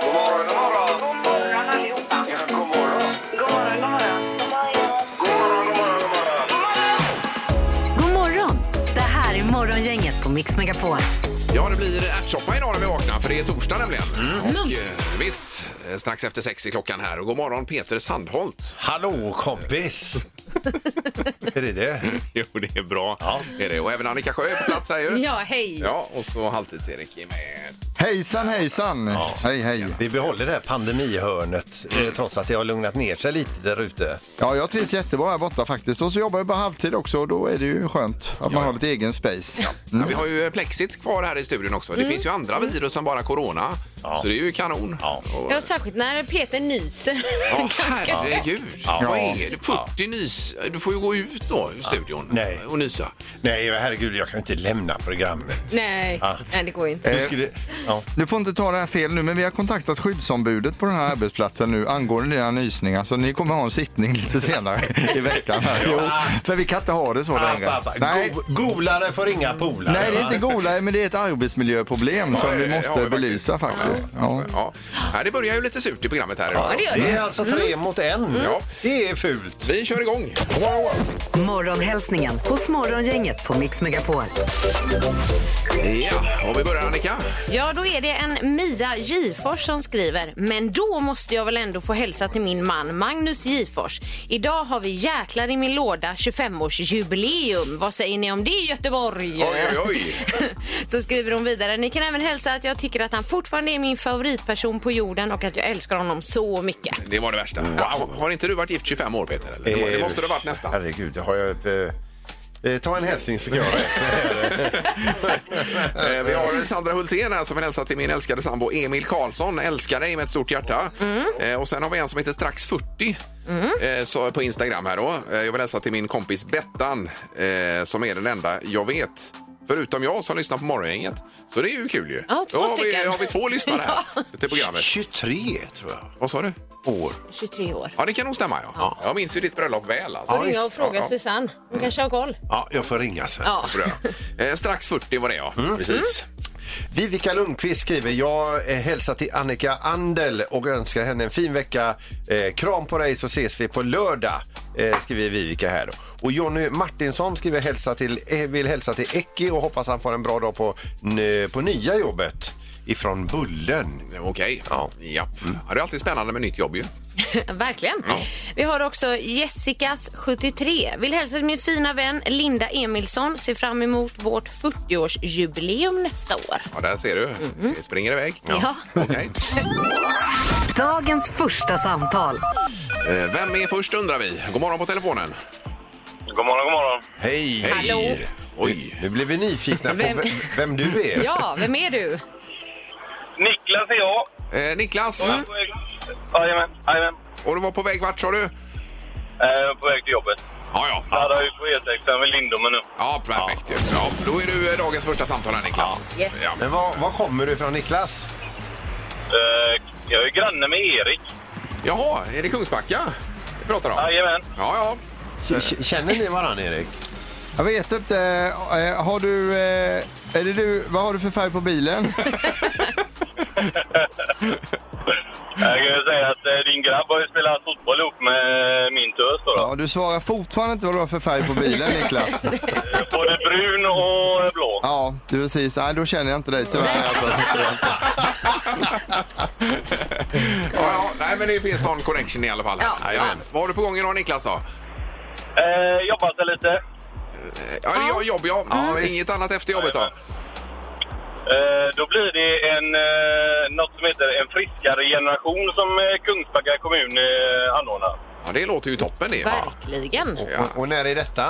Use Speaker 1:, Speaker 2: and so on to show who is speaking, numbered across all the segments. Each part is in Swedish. Speaker 1: God morgon, god morgon.
Speaker 2: God morgon allihopa.
Speaker 1: Ja, god morgon.
Speaker 2: God morgon, god morgon.
Speaker 1: God morgon, god morgon, god morgon.
Speaker 3: God morgon! Det här är Morgongänget på Mix Megapol.
Speaker 4: Ja, det blir ärtsoppa idag när vi vaknar, för det är torsdag nämligen. Och, eh,
Speaker 3: Mums.
Speaker 4: visst, eh, strax efter sex i klockan här. Och god morgon Peter Sandholt.
Speaker 5: Hallå kompis! Är det det?
Speaker 4: Jo, det är bra. Det är det. Och även Annika Sjö är på plats här ju.
Speaker 3: Ja, hej!
Speaker 4: Ja, och så Halvtids-Erik är med.
Speaker 6: Hejsan hejsan! Hej hej!
Speaker 5: Vi behåller det här pandemihörnet eh, trots att det har lugnat ner sig lite där ute.
Speaker 6: Ja, jag trivs jättebra här borta faktiskt. Och så jobbar jag bara halvtid också och då är det ju skönt att man har lite egen space.
Speaker 4: Ja,
Speaker 5: Mm.
Speaker 4: vi har ju eh, plexit kvar här i studion också. Det finns ju andra virus än bara corona. Så det är ju kanon.
Speaker 5: Ja.
Speaker 4: Och,
Speaker 7: Ja, särskilt när Peter nyser.
Speaker 4: Ja,
Speaker 7: Ganska
Speaker 4: herregud.
Speaker 5: Ja.
Speaker 4: Vad är det? 40 nys. Du får ju gå ut då ur studion
Speaker 5: Nej.
Speaker 4: och nysa.
Speaker 5: Nej, men herregud, jag kan ju inte lämna programmet.
Speaker 7: Nej. Nej, det går ju inte.
Speaker 4: Eh.
Speaker 5: Nu skulle... Ja.
Speaker 6: Du får inte ta det här fel nu, men vi har kontaktat skyddsombudet på den här arbetsplatsen nu angående dina nysningar, så ni kommer ha en sittning lite senare i veckan. Här. Jo, för vi kan inte ha det så
Speaker 4: Ah,
Speaker 6: längre.
Speaker 5: Abba, abba.
Speaker 6: Nej,
Speaker 5: Go- golare får inga polare.
Speaker 6: nej, det är
Speaker 5: va?
Speaker 6: inte gola, men det är ett arbetsmiljöproblem som vi
Speaker 4: ja, ja,
Speaker 6: måste
Speaker 4: verkligen.
Speaker 6: belysa faktiskt. Ja.
Speaker 4: Ja. Ja, det börjar ju lite surt i programmet här idag.
Speaker 7: det gör
Speaker 5: Det är alltså tre mot en.
Speaker 4: Mm. Ja.
Speaker 5: Det är fult.
Speaker 4: Vi kör igång.
Speaker 3: Morgonhälsningen hos Morgongänget på Mix Megapol.
Speaker 4: Ja, och vi börjar Annika.
Speaker 7: Ja, då är det en Mia Gifors som skriver. Men då måste jag väl ändå få hälsa till min man Magnus Gifors. Idag har vi jäklar i min låda 25-årsjubileum. Vad säger ni om det Göteborg?
Speaker 4: Oj, oj, oj.
Speaker 7: Så skriver hon vidare. Ni kan även hälsa att jag tycker att han fortfarande är min favoritperson på jorden och att jag älskar honom så mycket.
Speaker 4: Det var det värsta. Wow. Mm. Har inte du varit gift 25 år, Peter? Eller? Det var- Det
Speaker 5: Eh,
Speaker 4: måste du ha varit nästan.
Speaker 5: Herregud, det har jag... eh, Eh, ta en hälsning så kan jag
Speaker 4: Eh, Vi har Sandra Hultén här som vill hälsa till min älskade sambo Emil Karlsson. Älskar dig med ett stort hjärta.
Speaker 7: Mm.
Speaker 4: Eh, Och sen har vi en som heter strax 40 eh, så på Instagram här då. Eh, Jag vill hälsa till min kompis Bettan eh, som är den enda jag vet. Förutom jag som lyssnar på Morgongänget. Så det är ju kul ju.
Speaker 7: Ja, två
Speaker 4: då har vi,
Speaker 7: stycken.
Speaker 4: har vi två lyssnare här till programmet.
Speaker 5: 23 tror jag.
Speaker 4: Vad sa du? År.
Speaker 7: 23 år.
Speaker 4: Ja, det kan nog stämma. Ja. Jag minns ju ditt bröllop väl. Alltså.
Speaker 7: Får ringa och fråga
Speaker 4: Ja, ja.
Speaker 7: Susanne. Hon kanske har koll.
Speaker 5: Ja, jag får ringa sen.
Speaker 7: Ja.
Speaker 4: Bra. Eh, strax 40 var det, ja. Mm. Precis.
Speaker 7: Mm.
Speaker 5: Vivica Lundqvist skriver, jag eh, hälsar till Annika Andel och önskar henne en fin vecka. Eh, kram på dig så ses vi på lördag, eh, skriver Vivica här. Då. Och Jonny Martinsson skriver, hälsa till, eh, vill hälsa till Ecki och hoppas han får en bra dag på, n- på nya jobbet ifrån Bullen.
Speaker 4: Okej. Ja.
Speaker 5: Ja.
Speaker 4: Ja. Det är alltid spännande med nytt jobb ju.
Speaker 7: Verkligen.
Speaker 4: Ja.
Speaker 7: Vi har också Jessicas 73. Vill hälsa till min fina vän Linda Emilsson. Ser fram emot vårt 40-årsjubileum nästa år.
Speaker 4: Ja, där ser du. Det springer iväg.
Speaker 7: Ja.
Speaker 4: Okej.
Speaker 3: Dagens första samtal.
Speaker 4: Eh, Vem är först undrar vi. God morgon på telefonen.
Speaker 1: God morgon, god morgon.
Speaker 5: Hej!
Speaker 7: Hallå.
Speaker 4: Oj.
Speaker 5: Nu blev vi nyfikna på
Speaker 7: Vem-
Speaker 5: vem, vem du är.
Speaker 7: Ja, vem är du?
Speaker 1: Niklas är jag.
Speaker 4: Eh, Niklas,
Speaker 6: Mm.
Speaker 1: Jag är på väg- Jajamän, jajamän.
Speaker 4: och du var på väg vart sa du?
Speaker 1: Eh, På väg till jobbet.
Speaker 4: Ja, ja.
Speaker 1: Laddar ut på E6 vid Lindome nu.
Speaker 4: Ja, perfekt. ju. Ja, då är du eh, dagens första samtal här, Niklas.
Speaker 7: Ja. Yes.
Speaker 4: Ja.
Speaker 5: Men var, var kommer du ifrån Niklas?
Speaker 1: Eh, Jag är granne med Erik.
Speaker 4: Jaha, är det Kungsbacka vi pratar om? Ja,
Speaker 1: Jajamän.
Speaker 4: ja.
Speaker 5: K- k- Känner ni varandra Erik?
Speaker 6: Jag vet inte, eh, har du, eh, är det du, vad har du för färg på bilen?
Speaker 1: Jag kan ju säga att eh, din grabb har ju spelat fotboll ihop med min tös då. då.
Speaker 6: Ja, du svarar fortfarande inte vad du har för färg på bilen Niklas.
Speaker 1: Eh, Både brun och blå.
Speaker 6: Ja, du precis. Nej, då känner jag inte dig tyvärr. Alltså.
Speaker 4: ja, ja. Nej, men det finns någon connection i alla fall.
Speaker 7: Ja.
Speaker 4: Jajamän. Vad har du på gång idag, Niklas? då?
Speaker 1: Eh, Jobbat jag lite.
Speaker 4: Eh, Ja, ja. jobb, ja. ja Inget annat efter jobbet, då?
Speaker 1: Eh, Då blir det en, eh, något som heter En friskare generation som eh, Kungsbacka kommun eh, anordnar.
Speaker 4: Ja, det låter ju toppen. det. Ja.
Speaker 7: Verkligen.
Speaker 4: Ja.
Speaker 5: Och, och när är detta?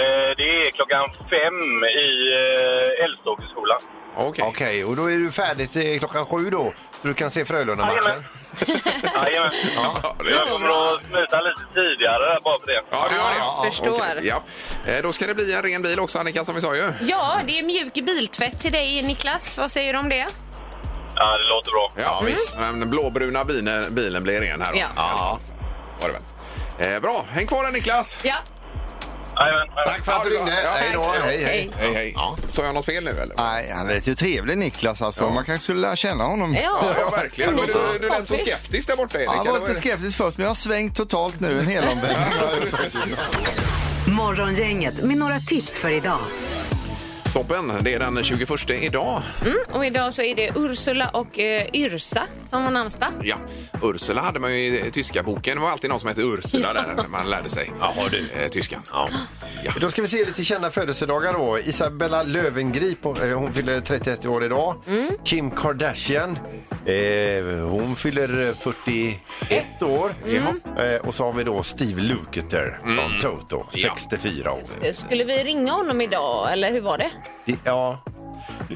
Speaker 1: Eh, Det är klockan fem i eh, Älvsågeskolan.
Speaker 4: Okej.
Speaker 5: Okej, och då är du färdig till klockan sju då? Så du kan se Frölunda-matchen?
Speaker 1: Jajamän. Jajamän.
Speaker 4: Ja, det
Speaker 1: Jag kommer att smita lite tidigare där bara för det.
Speaker 4: Ja, du gör det.
Speaker 5: Ja,
Speaker 7: förstår.
Speaker 4: Okej, ja. Eh, Då ska det bli en ren bil också, Annika, som vi sa ju.
Speaker 7: Ja, det är mjuk biltvätt till dig, Niklas. Vad säger du om det?
Speaker 1: Ja, det låter bra.
Speaker 4: Ja, visst. Den blåbruna bilen, bilen blir ren här. Då.
Speaker 7: Ja.
Speaker 4: Var det väl. Eh, bra, häng kvar där Niklas.
Speaker 7: Ja.
Speaker 1: Jajamän, jajamän.
Speaker 5: Tack för att du
Speaker 4: Ja, det är
Speaker 5: ringde.
Speaker 4: bra. Ja.
Speaker 5: Hej då.
Speaker 7: Tack.
Speaker 5: Hej, hej.
Speaker 4: Hej,
Speaker 7: Hej.
Speaker 4: hej. Sa jag något fel nu eller?
Speaker 6: Nej, han lät ju trevlig Niklas alltså. Man kanske skulle lära känna honom.
Speaker 4: Ja, ja
Speaker 7: Ja. Mm.
Speaker 4: verkligen. Men du, du lät så
Speaker 7: Kompis.
Speaker 4: skeptisk där borta, Erik.
Speaker 6: Ja,
Speaker 4: eller
Speaker 6: jag
Speaker 4: vad
Speaker 6: var
Speaker 4: är
Speaker 6: lite
Speaker 4: det?
Speaker 6: skeptisk först men jag har svängt totalt nu en helomvändning.
Speaker 3: Morgongänget med några tips för idag.
Speaker 4: Toppen, det är den 21 idag.
Speaker 7: Mm. Och idag så är det Ursula och eh, Yrsa som har namnsdag.
Speaker 4: Ja, Ursula hade man ju i tyska boken. Det var alltid någon som hette Ursula där när man lärde sig du. Eh, tyskan. Ja.
Speaker 5: Då ska vi se lite kända födelsedagar då. Isabella Löwengrip, hon, eh, hon fyller 31 år idag. Kim Kardashian, eh, hon fyller eh, 41 år. Eh, och så har vi då Steve Lukather från Toto,
Speaker 4: Ja.
Speaker 5: 64 år.
Speaker 7: Skulle vi ringa honom idag eller hur var det?
Speaker 5: Det- Ja,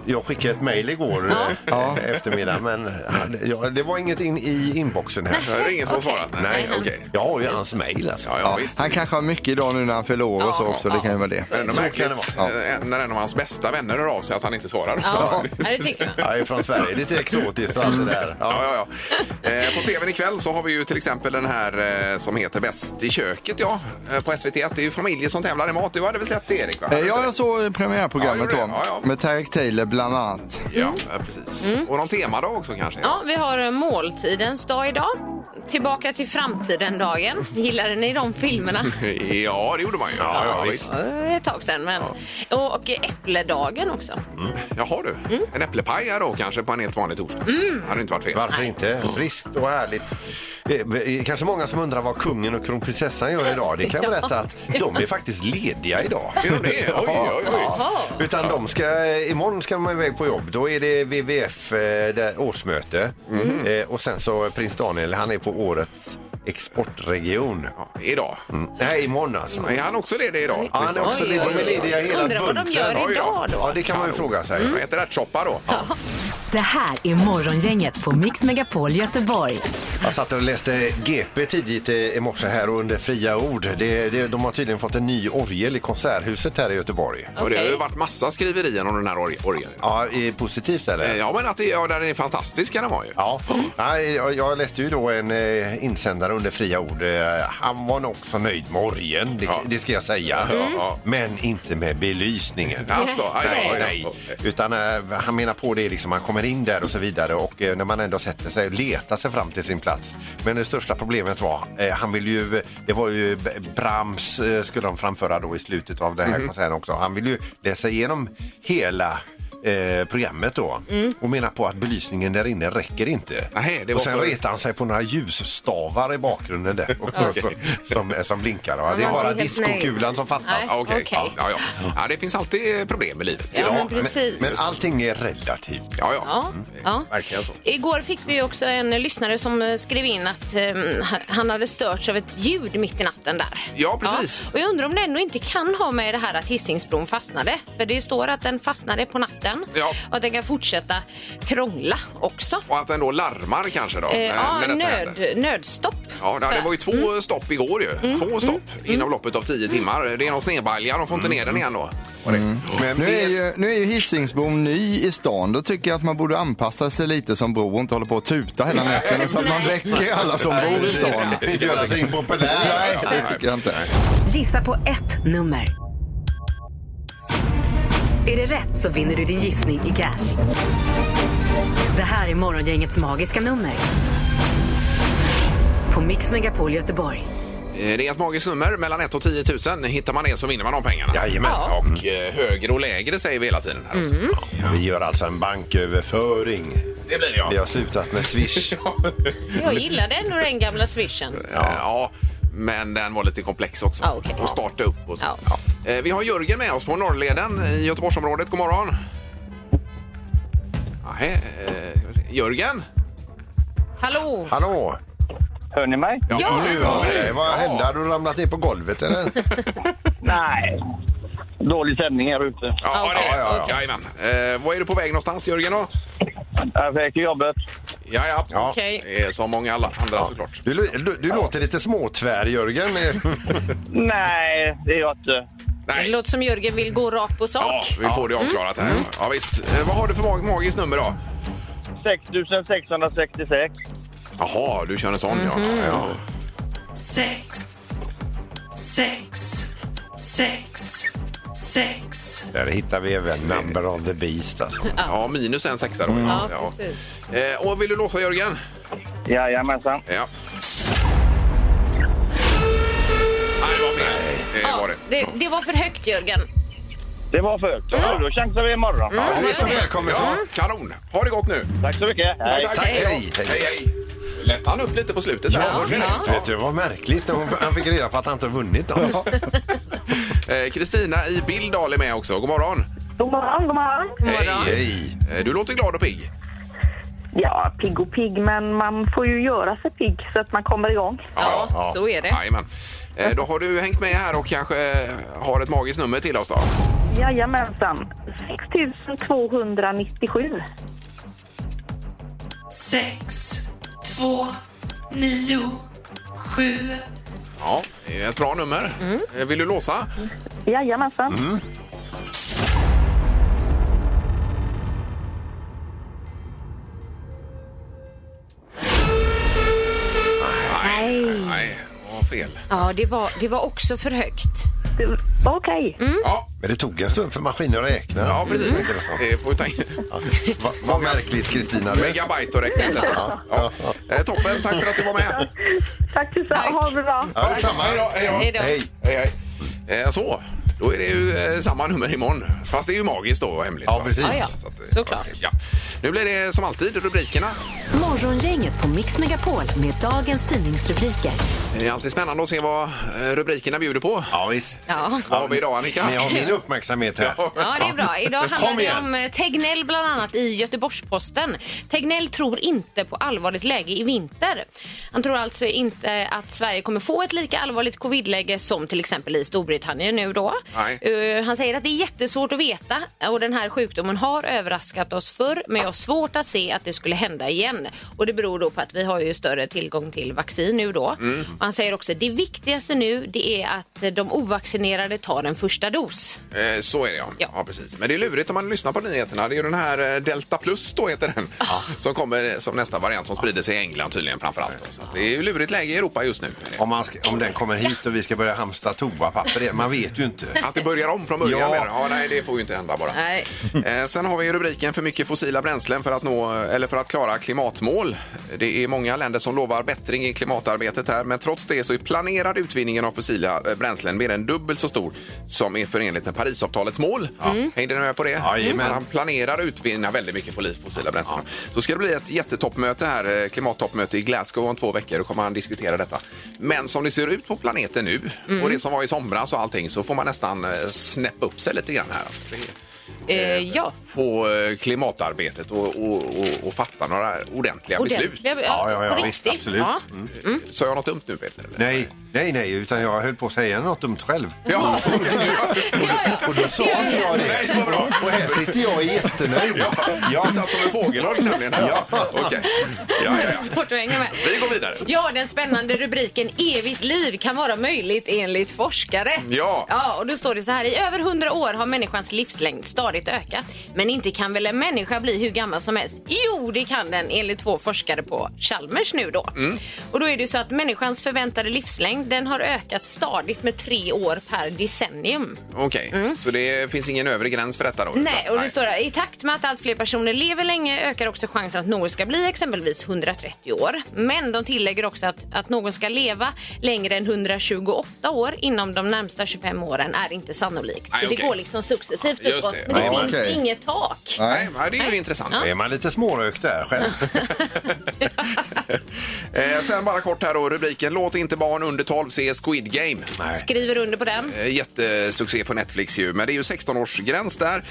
Speaker 5: jag skickade ett mejl igår
Speaker 7: Ja.
Speaker 5: eh,
Speaker 6: Ja.
Speaker 5: eftermiddag men han- ja, det var inget in i inboxen här.
Speaker 4: Det är ingen som har svarat.
Speaker 5: Nej,
Speaker 4: okej.
Speaker 5: Jag har ju hans mejl alltså.
Speaker 4: Ja, ja,
Speaker 6: Ja,
Speaker 4: visst.
Speaker 6: han kanske har mycket idag nu när han fyller år och så
Speaker 7: Ja,
Speaker 6: också.
Speaker 7: ja.
Speaker 6: Det kan ju vara det.
Speaker 4: Men ändå
Speaker 5: Så kan
Speaker 4: märkligt
Speaker 5: det
Speaker 6: vara.
Speaker 4: eh, när en av hans bästa vänner hör av sig att han inte svarar.
Speaker 7: Ja, ja det tycker jag.
Speaker 5: Jag är från Sverige, lite exotiskt och allt det där.
Speaker 4: Ja,
Speaker 5: Ja.
Speaker 4: ja, ja. Eh, på tvn ikväll så har vi ju till exempel den här eh, som heter Bäst i köket ja, eh, på SVT1. Det är ju familjer som tävlar i mat. Du hade väl sett det Erik? Va?
Speaker 6: Eh, Ja, jag såg premiärprogrammet
Speaker 4: Ja,
Speaker 6: då.
Speaker 4: gjorde det. Ja, ja.
Speaker 6: Med Tarek Taylor bland annat.
Speaker 4: Ja, eh, precis. Och någon temadag också kanske?
Speaker 7: Mm. Ja, vi har eh, måltidens dag idag. Tillbaka till framtiden-dagen. Gillade ni de filmerna?
Speaker 5: Mm.
Speaker 4: Ja, det gjorde man ju. Ja, ja, visst.
Speaker 7: Eh, Ett tag sedan, men. Och, och äppledagen också.
Speaker 5: Mm.
Speaker 4: Jaha du. En äpplepaj här då kanske på en helt vanlig torsdag. Hade inte varit fel.
Speaker 5: Varför inte? Friskt och härligt. Eh, eh, Kanske många som undrar vad kungen och kronprinsessan gör idag. Det kan jag berätta att de är faktiskt lediga idag.
Speaker 4: Är de det? Oj, oj, oj.
Speaker 7: Jaha.
Speaker 5: Utan de ska, eh, imorgon ska de iväg på jobb. Då är det WWF eh, där, årsmöte.
Speaker 4: Mhm.
Speaker 5: Eh, och sen så prins Daniel, han är på årets exportregion. Mm.
Speaker 4: Ja, idag.
Speaker 5: Nej, imorgon alltså.
Speaker 4: Är han också ledig idag?
Speaker 5: Ja, han är också
Speaker 7: Oj,
Speaker 5: ledig.
Speaker 7: oj,
Speaker 5: De är
Speaker 7: oj.
Speaker 5: lediga hela
Speaker 7: Undrar vad de
Speaker 5: bunten.
Speaker 7: gör
Speaker 5: Oj
Speaker 7: idag då.
Speaker 5: Ja, det kan man ju fråga sig.
Speaker 4: Vad heter ärtsoppa då?
Speaker 3: Det här är Morgongänget på Mix Megapol Göteborg.
Speaker 5: Jag satt och läste GP tidigt eh, i morse här och under fria ord. Det, det, de har tydligen fått en ny orgel i Konserthuset här i Göteborg.
Speaker 4: Och det har ju
Speaker 7: Okej.
Speaker 4: varit massa skriverier om den här org- orgeln.
Speaker 5: Ja, är positivt
Speaker 4: Eh,
Speaker 5: eller?
Speaker 4: Ja, men att det, ja, den är fantastisk kan den vara ju.
Speaker 5: Ja, Ja, jag, jag läste ju då en eh, insändare under fria ord. Eh, Han var nog också nöjd med orgeln, det,
Speaker 4: Ja. Mm.
Speaker 5: det ska jag säga.
Speaker 4: ja.
Speaker 5: Men inte med belysningen.
Speaker 4: Alltså, aj,
Speaker 5: Nej,
Speaker 4: aj,
Speaker 5: nej.
Speaker 4: aj.
Speaker 5: Utan eh, han menar på det liksom, man kommer in där och så vidare och eh, när man ändå sätter sig, letar sig fram till sin plats. Men det största problemet var, eh, han vill ju, det var ju B- Brahms eh, skulle de framföra då i slutet av den här
Speaker 4: Mhm.
Speaker 5: konserten också. Han vill ju läsa igenom hela eh, programmet då och menar på att belysningen där inne räcker inte.
Speaker 4: Mm. Nej, det var
Speaker 5: och sen
Speaker 4: för-
Speaker 5: retar han sig på några ljusstavar i bakgrunden där också, som, som blinkar. va. Det är
Speaker 7: man
Speaker 5: bara
Speaker 7: blir helt nöjd.
Speaker 5: diskokulan som fattas.
Speaker 7: Nej.
Speaker 4: Ja, Okej.
Speaker 7: Okej.
Speaker 4: Ja, ja, ja. ja, det finns alltid problem i livet.
Speaker 7: Ja, men
Speaker 5: Men,
Speaker 7: precis.
Speaker 5: men allting är relativt.
Speaker 4: Ja, ja.
Speaker 7: Ja, ja.
Speaker 5: Mm. Verkligen så.
Speaker 7: Igår fick vi ju också en lyssnare som eh, skrev in att eh, han hade störts av ett ljud mitt i natten där.
Speaker 4: Ja, precis.
Speaker 7: Och jag undrar om det ändå inte kan ha med det här att Hisingsbron fastnade. För det står att den fastnade på natten
Speaker 4: Ja.
Speaker 7: och att den kan fortsätta krångla också.
Speaker 4: Och att den då larmar kanske då?
Speaker 7: Eh,
Speaker 4: när-
Speaker 7: ja,
Speaker 4: när detta händer.
Speaker 7: nöd, nödstopp.
Speaker 4: Ja, det det var ju två
Speaker 7: Mm.
Speaker 4: stopp igår ju. två stopp inom loppet av tio timmar. Det är någon snedbalja, de får inte ner den igen då. Mm. Var det?
Speaker 5: Men
Speaker 6: Nu är
Speaker 5: det,
Speaker 6: ju, nu är ju Hisingsbron ny i stan. Då tycker jag att man borde anpassa sig lite som bro och inte hålla på och tuta hela nätterna så att man väcker alla som bor i stan.
Speaker 5: inte göra sig alltså impopulär.
Speaker 6: Nej, det tycker jag inte.
Speaker 3: Gissa på ett nummer. Är det rätt så vinner du din gissning i cash. Det här är Morgongängets magiska nummer. På Mix Megapol Göteborg.
Speaker 4: Eh, Det är ett magiskt nummer mellan 1 och 10 000. Hittar man det så vinner man de pengarna.
Speaker 5: Jajamän.
Speaker 7: Ja.
Speaker 4: Och eh, högre och lägre säger vi hela tiden. Här
Speaker 7: Mm.
Speaker 4: också.
Speaker 5: Ja. Vi gör alltså en banköverföring.
Speaker 4: Det blir det ja.
Speaker 5: Vi har slutat med Swish.
Speaker 7: Jag gillade ändå den gamla swishen.
Speaker 4: Eh, ja. Men den var lite komplex också.
Speaker 7: Ja, Ah, okej.
Speaker 4: Och starta upp och så.
Speaker 7: Ja.
Speaker 4: Eh, Vi har Jörgen med oss på Norrleden i Göteborgsområdet. God morgon! Nej, eh, ska vi se. Jörgen?
Speaker 7: Hallå!
Speaker 5: Hallå!
Speaker 8: Hör ni mig?
Speaker 7: Ja,
Speaker 5: Nu har vi dig.
Speaker 4: Ja.
Speaker 5: Vad hände? Har du ramlat ner på golvet eller?
Speaker 8: Nej. Dålig sändning här ute.
Speaker 4: Ja,
Speaker 7: Ah, Okej,
Speaker 4: det, ja, ja,
Speaker 7: okej.
Speaker 4: Jajamän. Eh, var är du på väg någonstans Jörgen? Då?
Speaker 8: Jag fick jobbet.
Speaker 4: Ja, ja.
Speaker 5: Ja.
Speaker 7: Okej.
Speaker 4: Det är Som många alla andra såklart.
Speaker 5: Du, du, du låter lite småtvär Jörgen.
Speaker 8: Nej, det är jag inte.
Speaker 7: Det
Speaker 4: Nej.
Speaker 7: låter som Jörgen vill gå rakt på
Speaker 4: Ja,
Speaker 7: sak.
Speaker 4: vi får det avklarat här. Ja, visst. Eh, vad har du för mag- magiskt nummer då?
Speaker 8: 6666.
Speaker 4: Jaha, du
Speaker 7: Mhm.
Speaker 4: kör en sån ja. ja.
Speaker 9: sex, sex.
Speaker 5: Där hittar vi även Number of the Beast. Alltså.
Speaker 4: Ja, minus en sexa då.
Speaker 7: Ja, precis.
Speaker 4: Eh, och vill du låsa Jörgen?
Speaker 8: Jajamensan.
Speaker 4: Ja. Nej, det var fel. Eh, var det.
Speaker 7: Det, det var för högt, Jörgen.
Speaker 8: Det var för högt. Ja, då chansar vi imorgon.
Speaker 4: Ja,
Speaker 7: det
Speaker 4: det
Speaker 7: är så
Speaker 4: välkommen så. Kanon! Ha det gott nu!
Speaker 8: Tack så mycket. Hej.
Speaker 4: Tack,
Speaker 5: Hej,
Speaker 4: hej, hej, hej. Lättade han upp lite på slutet? där?
Speaker 5: Ja, visst, vet du, vad märkligt. Hon- Han fick reda på att han inte vunnit. Då.
Speaker 4: Eh, Kristina i Bildal är med också. God morgon!
Speaker 2: God morgon, god morgon.
Speaker 7: Godmorgon.
Speaker 5: Hej.
Speaker 4: Eh, Du låter glad och pigg.
Speaker 2: Ja, pigg och pigg, men man får ju göra sig pigg så att man kommer igång.
Speaker 7: Ja, så är det.
Speaker 4: Jajamän. Eh, Då har du hängt med här och kanske eh, har ett magiskt nummer till oss då.
Speaker 2: Jajamensan. 6297.
Speaker 9: sex, två, nio, sju.
Speaker 4: Ja, det är ett bra nummer. Eh, Vill du låsa?
Speaker 2: Jajamensan.
Speaker 7: Nej.
Speaker 4: Nej, vad fel.
Speaker 7: Ja, det var, det var också för högt.
Speaker 2: Det- Okej.
Speaker 4: Ja,
Speaker 5: Men det tog en stund för maskinen att räkna.
Speaker 4: ja precis.
Speaker 5: Intressant.
Speaker 4: Det får vi ta in.
Speaker 5: Va- Vad märkligt, Kristina. du.
Speaker 4: Megabyte och räkna ut detta. Ja. Eh, Toppen, tack för att du var med.
Speaker 2: Tack detsamma. Ha det bra.
Speaker 5: Ja, detsamma.
Speaker 4: Hej då, hej då.
Speaker 7: Hej då.
Speaker 5: Hej.
Speaker 4: Hej, hej. Eh, Så, då är det ju eh, samma nummer imorgon. Fast det är ju magiskt då och hemligt.
Speaker 5: Ja,
Speaker 4: va?
Speaker 5: precis. Ja, ja.
Speaker 4: Så att, eh,
Speaker 7: Såklart.
Speaker 4: Ja. Nu blir det som alltid rubrikerna.
Speaker 3: Morgongänget på Mix Megapol med dagens tidningsrubriker.
Speaker 4: Det är alltid spännande att se vad eh, rubrikerna bjuder på.
Speaker 5: Ja, visst.
Speaker 7: Ja.
Speaker 4: Vad har vi idag, Annika?
Speaker 5: Ni har min uppmärksamhet här.
Speaker 7: Ja, det är bra. Idag
Speaker 5: Kom
Speaker 7: handlar det
Speaker 5: igen.
Speaker 7: om eh, Tegnell bland annat i Göteborgs-Posten. Tegnell tror inte på allvarligt läge i vinter. Han tror alltså inte att Sverige kommer få ett lika allvarligt covidläge som till exempel i Storbritannien nu då.
Speaker 4: Nej.
Speaker 7: Eh, Han säger att det är jättesvårt att veta och den här sjukdomen har överraskat oss förr men jag har svårt att se att det skulle hända igen. Och det beror då på att vi har ju större tillgång till vaccin nu då. Och han säger också att det viktigaste nu det är att de ovaccinerade tar en första dos.
Speaker 4: Eh, Så är det ja. ja.
Speaker 7: Ja.
Speaker 4: precis. Men det är lurigt om man lyssnar på nyheterna. Det är ju den här eh, Delta Plus då heter den. Som kommer som nästa variant som sprider sig i England tydligen framförallt. Så att det är ju lurigt läge i Europa just nu.
Speaker 5: Om, man ska, om den kommer hit och vi ska börja hamstra toapapper, det- man vet ju inte.
Speaker 4: Att det börjar om från början.
Speaker 5: Ja.
Speaker 4: menar du? ja nej, det får ju inte hända bara.
Speaker 7: Nej.
Speaker 4: Eh, sen har vi ju rubriken för mycket fossila bränslen för att, nå, eller för att klara klimatmål. Det är många länder som lovar bättring i klimatarbetet här men trots det så är planerad utvinningen av fossila eh, bränslen mer än dubbelt så stor som är förenligt med Parisavtalets mål. Mm. Hängde ni med på det?
Speaker 5: Jajamän.
Speaker 4: Man planerar att utvinna väldigt mycket fossil- fossila bränslen. Så ska det bli ett jättetoppmöte här, eh, klimattoppmöte i Glasgow om två veckor. Då kommer han diskutera detta. Men som det ser ut på planeten nu och det som var i somras och allting så får man nästan eh, snäppa upp sig lite grann här. Alltså, det är
Speaker 7: Eh, ja,
Speaker 4: på eh, klimatarbetet och, och, och, och fatta några ordentliga,
Speaker 7: ordentliga.
Speaker 4: beslut.
Speaker 5: Ja, ja, ja,
Speaker 7: på
Speaker 5: visst, absolut. Mm.
Speaker 7: Ja.
Speaker 4: Sa jag något dumt nu, Peter? Eller?
Speaker 5: Nej, nej, nej, utan jag höll på att säga något dumt själv.
Speaker 4: Ja,
Speaker 5: Och då sa inte jag
Speaker 4: Nej,
Speaker 5: det.
Speaker 4: det var bra.
Speaker 5: Och här sitter jag och är jättenöjd.
Speaker 4: Jag
Speaker 5: Ja,
Speaker 4: satt som en fågelholk nämligen. Ja. okej. Ja, ja, ja.
Speaker 7: Svårt att hänga med.
Speaker 4: Vi går vidare.
Speaker 7: Ja, den spännande rubriken Evigt liv kan vara möjligt enligt forskare.
Speaker 4: Ja.
Speaker 7: ja och då står det så här. I över hundra år har människans livslängd stadigt ökat. Men inte kan väl en människa bli hur gammal som helst? Jo, det kan den enligt två forskare på Chalmers nu då.
Speaker 5: Mm.
Speaker 7: Och då är det ju så att människans förväntade livslängd den har ökat stadigt med tre år per decennium.
Speaker 4: Okej, så det finns ingen övre gräns för detta då?
Speaker 7: Mm. Nej,
Speaker 4: Utan-
Speaker 7: och det står här, i takt med att allt fler personer lever länge ökar också chansen att någon ska bli exempelvis 130 år. Men de tillägger också att, att någon ska leva längre än 128 år inom de närmsta 25 åren är inte sannolikt.
Speaker 4: Nej,
Speaker 7: Så
Speaker 4: okej.
Speaker 7: det går liksom successivt
Speaker 4: Just
Speaker 7: uppåt.
Speaker 4: det.
Speaker 7: Men det
Speaker 6: Ja,
Speaker 7: finns
Speaker 6: okej.
Speaker 7: inget tak.
Speaker 4: Nej, men det är ju intressant.
Speaker 5: Är man lite smårökt där själv?
Speaker 4: Eh, sen bara kort här då, rubriken Låt inte barn under 12 se Squid Game.
Speaker 7: Skriver under på den.
Speaker 4: Eh, Jättesuccé på Netflix ju, men det är ju 16-årsgräns där.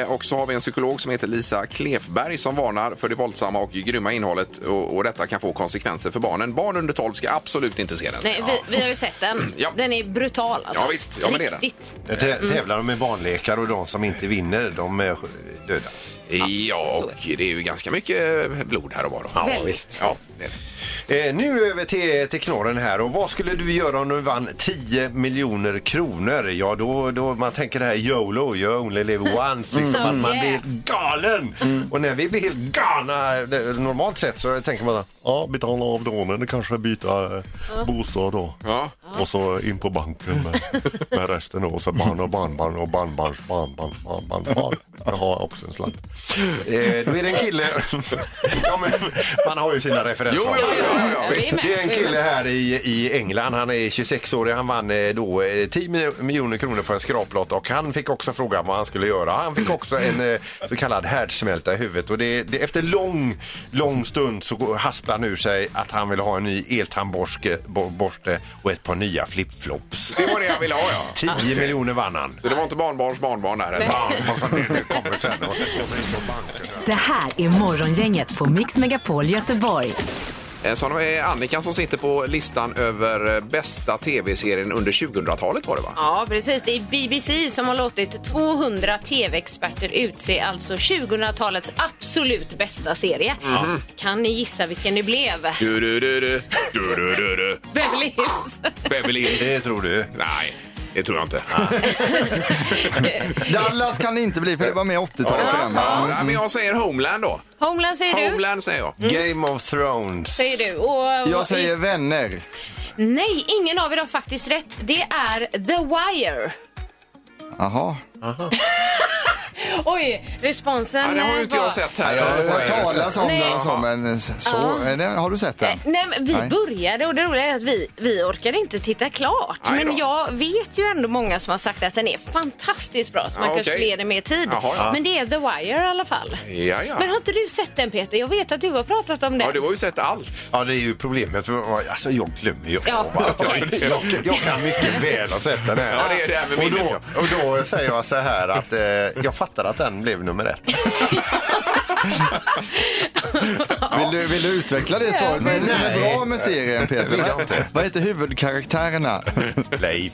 Speaker 4: Eh, Och så har vi en psykolog som heter Lisa Klefberg som varnar för det våldsamma och grymma innehållet och, och detta kan få konsekvenser för barnen. Barn under 12 ska absolut inte se den.
Speaker 7: Nej, vi, vi har ju sett den.
Speaker 4: Ja.
Speaker 7: Den är brutal alltså.
Speaker 4: Ja, visst. Ja, men det är den.
Speaker 7: Riktigt.
Speaker 5: Tä- Tävlar de med barnlekar och de som inte vinner, de eh, döda.
Speaker 4: Ja, och det är ju ganska mycket blod här och var. då.
Speaker 7: Väldigt.
Speaker 4: Ja, det är det.
Speaker 5: Eh, nu över till, till knorren här. Och vad skulle du göra om du vann 10 miljoner kronor? Ja, då, då man tänker det här YOLO, you only live once, liksom, att man
Speaker 7: Yeah.
Speaker 5: blir helt galen. Och när vi blir helt galna eh, normalt sett så tänker man ja, betala av lånen, kanske byta eh, bostad då.
Speaker 4: Ja.
Speaker 5: Och så in på banken med, med resten då. och så barn och barnbarn och barnbarns barnbarn barnbarn. Jag har också en slant. Eh, då är det en kille, ja, men, man har ju sina referenser.
Speaker 4: Jo, jo, jo, jo, jo.
Speaker 7: Vi är med.
Speaker 5: Det är en
Speaker 7: vi med.
Speaker 5: kille här i, i England, han är 26 år, han vann eh, då eh, 10 mil- miljoner kronor på en skraplott och han fick också frågan vad han skulle göra. Han fick också en eh, så kallad härdsmälta i huvudet och det, det, efter lång, lång stund så går- hasplar han ur sig att han vill ha en ny eltandborste bo- borste och ett par nya flipflops.
Speaker 4: Det var det jag ville ha, ja.
Speaker 5: 10 miljoner vann han.
Speaker 4: Så det var inte barnbarns barnbarn där? Eller?
Speaker 5: Ja, vad fan är det? Det kommer sen.
Speaker 3: Det här är Morgongänget på Mix Megapol Göteborg.
Speaker 4: Eh, Så det är Annika som sitter på listan över eh, bästa tv-serien under 2000-talet var det va?
Speaker 7: Ja, precis. Det är BBC som har låtit 200 tv-experter utse alltså 2000-talets absolut bästa serie.
Speaker 4: Mhm.
Speaker 7: Kan ni gissa vilken det blev?
Speaker 4: Du, du, du, du. Du, du, du, du.
Speaker 7: Beverly Hills.
Speaker 4: Beverly Hills.
Speaker 5: Det tror du.
Speaker 4: Nej, det tror jag inte.
Speaker 6: Dallas kan det inte bli för det var med 80-talet på den.
Speaker 4: Ja,
Speaker 6: va?
Speaker 4: nej, men jag säger Homeland då.
Speaker 7: Homeland säger du?
Speaker 4: Homeland säger jag.
Speaker 5: Game of Thrones.
Speaker 7: Säger du. Och,
Speaker 6: Jag säger vänner.
Speaker 7: Nej, ingen av er har faktiskt rätt. Det är The Wire.
Speaker 6: Jaha.
Speaker 7: Oj, responsen
Speaker 4: Ja, det har ju
Speaker 7: eh,
Speaker 4: inte
Speaker 7: var-
Speaker 4: jag sett här.
Speaker 6: Jag har hört talas om
Speaker 7: Nej.
Speaker 6: den som en... Så, är det, har du sett den?
Speaker 7: Eh, Nej, men vi
Speaker 6: Nej.
Speaker 7: började och det roliga är att vi, vi orkade inte titta klart.
Speaker 4: Nej
Speaker 7: men
Speaker 4: då.
Speaker 7: jag vet ju ändå många som har sagt att den är fantastiskt bra så man
Speaker 4: Ja,
Speaker 7: kanske
Speaker 4: okej.
Speaker 7: blir det mer tid.
Speaker 4: Jaha, ja.
Speaker 7: Men det är The Wire i alla fall.
Speaker 4: Ja, ja.
Speaker 7: Men har inte du sett den Peter? Jag vet att du har pratat om den.
Speaker 4: ja, du har ju sett allt.
Speaker 5: Ja, det är ju problemet. för- Alltså, jag glömmer ju
Speaker 7: Ja.
Speaker 5: av allt. Jag, jag, jag kan mycket väl ha sett den här.
Speaker 4: Ja, det är det här med
Speaker 5: och,
Speaker 4: minnet,
Speaker 5: då, och då säger jag så här att eh, jag fattar att den blev nummer ett.
Speaker 6: Vill du, vill du utveckla det svaret? Vad är det som är
Speaker 5: Nej.
Speaker 6: bra med serien
Speaker 5: vill jag
Speaker 6: Peter?
Speaker 5: inte.
Speaker 6: Vad heter huvudkaraktärerna?
Speaker 5: Leif.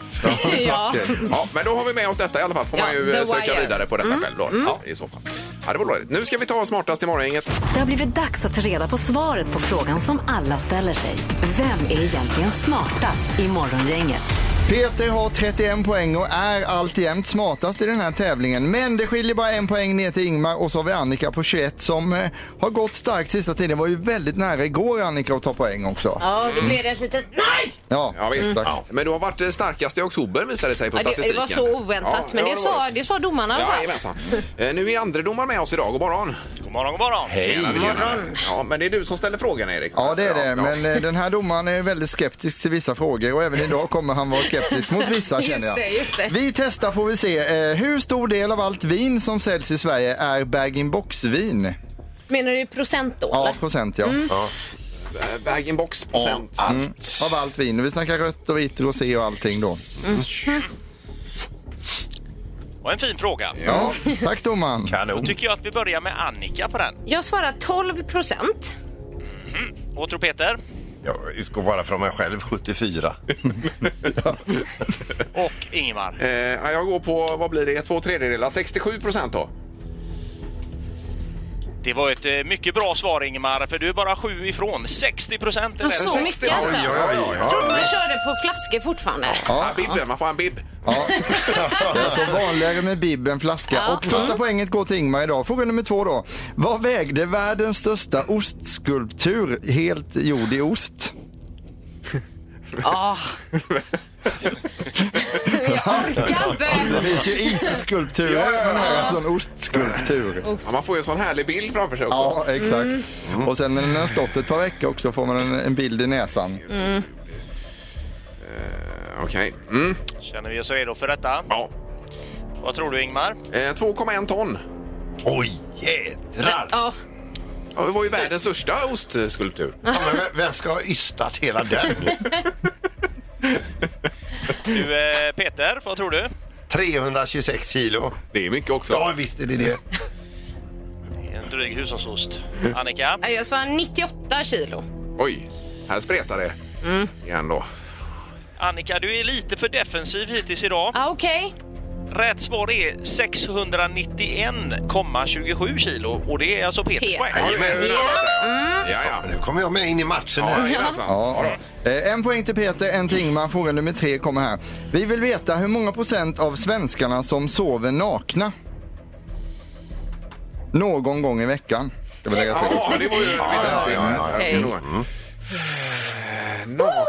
Speaker 7: Ja.
Speaker 4: Ja, men då har vi med oss detta i alla fall. Får
Speaker 7: Ja,
Speaker 4: man ju
Speaker 7: The
Speaker 4: eh, söka
Speaker 7: Wire. Mm.
Speaker 4: vidare på detta själv då. Ja, i så fall. Ja, det var roligt. Nu ska vi ta smartast i morgongänget.
Speaker 3: Det har blivit dags att ta reda på svaret på frågan som alla ställer sig. Vem är egentligen smartast i Morgongänget?
Speaker 6: Peter har 31 poäng och är alltjämt smartast i den här tävlingen. Men det skiljer bara en poäng ner till Ingmar och så har vi Annika på 21 som eh, har gått starkt sista tiden. Var ju väldigt nära igår Annika att ta poäng också.
Speaker 7: Ja,
Speaker 4: Mm.
Speaker 7: då blev det ett litet nej!
Speaker 6: Ja,
Speaker 4: Ja, visst.
Speaker 6: exakt.
Speaker 4: Ja. Men du har varit eh, starkast i oktober visade det sig på
Speaker 7: Ja, det, det
Speaker 4: statistiken.
Speaker 7: var så oväntat,
Speaker 4: Ja,
Speaker 7: men det,
Speaker 4: har
Speaker 7: sa,
Speaker 4: varit.
Speaker 7: det sa domarna i alla fall.
Speaker 4: Jajamensan. Eh, Nu är andra domar med oss idag. God morgon.
Speaker 8: God morgon, god morgon.
Speaker 4: Hej. Ja, men det är du som ställer frågan, Erik.
Speaker 6: Ja, det är det. Men eh, den här domaren är väldigt skeptisk till vissa frågor och även idag kommer han vara skeptisk mot vissa känner jag.
Speaker 7: Just det, just det.
Speaker 6: Vi testar får vi se. Eh, Hur stor del av allt vin som säljs i Sverige är bag-in-box-vin?
Speaker 7: Menar du procent då?
Speaker 6: Ja,
Speaker 7: eller?
Speaker 6: procent ja.
Speaker 5: Mm.
Speaker 4: Eh, Bag-in-box procent.
Speaker 6: Av allt vin. Vi snackar rött och vitt, rosé och allting då.
Speaker 10: Och en fin fråga.
Speaker 6: Ja, tack domaren.
Speaker 10: Då
Speaker 5: Kanon.
Speaker 10: tycker jag att vi börjar med Annika på den.
Speaker 7: Jag svarar 12 procent.
Speaker 10: Åter Peter.
Speaker 5: Jag utgår bara från mig själv, 74.
Speaker 10: Och Ingemar.
Speaker 4: Eh, ja, jag går på, vad blir det, två tredjedelar? 67 procent då?
Speaker 10: Det var ett eh, mycket bra svar Ingemar, för du är bara sju ifrån. 60 procent är
Speaker 7: Ja,
Speaker 10: rätt.
Speaker 7: så mycket
Speaker 4: ja,
Speaker 7: alltså.
Speaker 5: Oj, oj, oj.
Speaker 7: Jag trodde man körde på flaskor fortfarande.
Speaker 4: Ja. Bibben, man får en bibb.
Speaker 6: Ja. Det är alltså vanligare med bibb än flaska. Och första poänget går till Ingmar idag. Fråga nummer två då. Vad vägde världens största ostskulptur helt gjord i ost?
Speaker 7: Ah. Jag orkar inte.
Speaker 6: Det finns ju isskulpturer, men här är en sån ostskulptur.
Speaker 4: Ja, man får ju en sån härlig bild framför sig också.
Speaker 6: Ja, exakt. Och sen när den har stått ett par veckor också får man en, en bild i näsan.
Speaker 4: Eh, Okej. Mm.
Speaker 10: Känner vi oss redo för detta?
Speaker 4: Ja.
Speaker 10: Vad tror du Ingemar?
Speaker 4: Eh, 2,1 ton.
Speaker 5: Oj, jädrar!
Speaker 7: Ja,
Speaker 4: Ja, det var ju världens största ostskulptur.
Speaker 5: Ja, men vem- vem ska ha ystat hela den?
Speaker 10: Du eh, Peter, vad tror du?
Speaker 5: 326 kilo.
Speaker 4: Det är mycket också.
Speaker 5: Ja, visst är det det.
Speaker 10: En dryg hushållsost. Annika?
Speaker 7: jag svarar 98 kilo.
Speaker 4: Oj, här spretar det. Igen då.
Speaker 10: Annika, du är lite för defensiv hittills idag.
Speaker 7: Ah, Okej.
Speaker 10: Rätt svar är 691,27 kilo och det är alltså Peters
Speaker 7: Peter.
Speaker 10: poäng.
Speaker 4: Ja, men hur ja, ja.
Speaker 5: Nu kommer jag med in i matchen
Speaker 4: Ja,
Speaker 5: här.
Speaker 4: jajamensan.
Speaker 6: Ja. Eh, En poäng till Peter, en till Ingmar. Fråga nummer tre kommer här. Vi vill veta hur många procent av svenskarna som sover nakna. Någon gång i veckan. Ska vi lägga till.
Speaker 4: Ja, det var ju väsentligt. Ja, ja, ja. Mm. Nakna.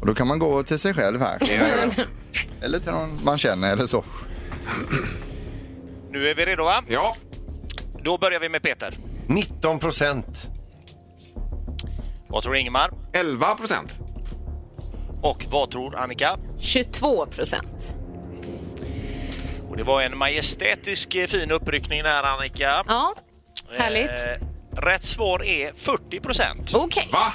Speaker 6: Och då kan man gå till sig själv här. Eller till någon man känner eller så.
Speaker 10: Nu är vi redo va?
Speaker 4: Ja,
Speaker 10: Då börjar vi med Peter.
Speaker 5: 19 procent.
Speaker 10: Vad tror Ingemar?
Speaker 4: 11 procent.
Speaker 10: Och vad tror Annika?
Speaker 7: 22 procent.
Speaker 10: Och det var en majestätisk eh, fin uppryckning där Annika.
Speaker 7: Ja, härligt.
Speaker 10: Eh, rätt svar är 40 procent.
Speaker 7: Okej.
Speaker 4: Va?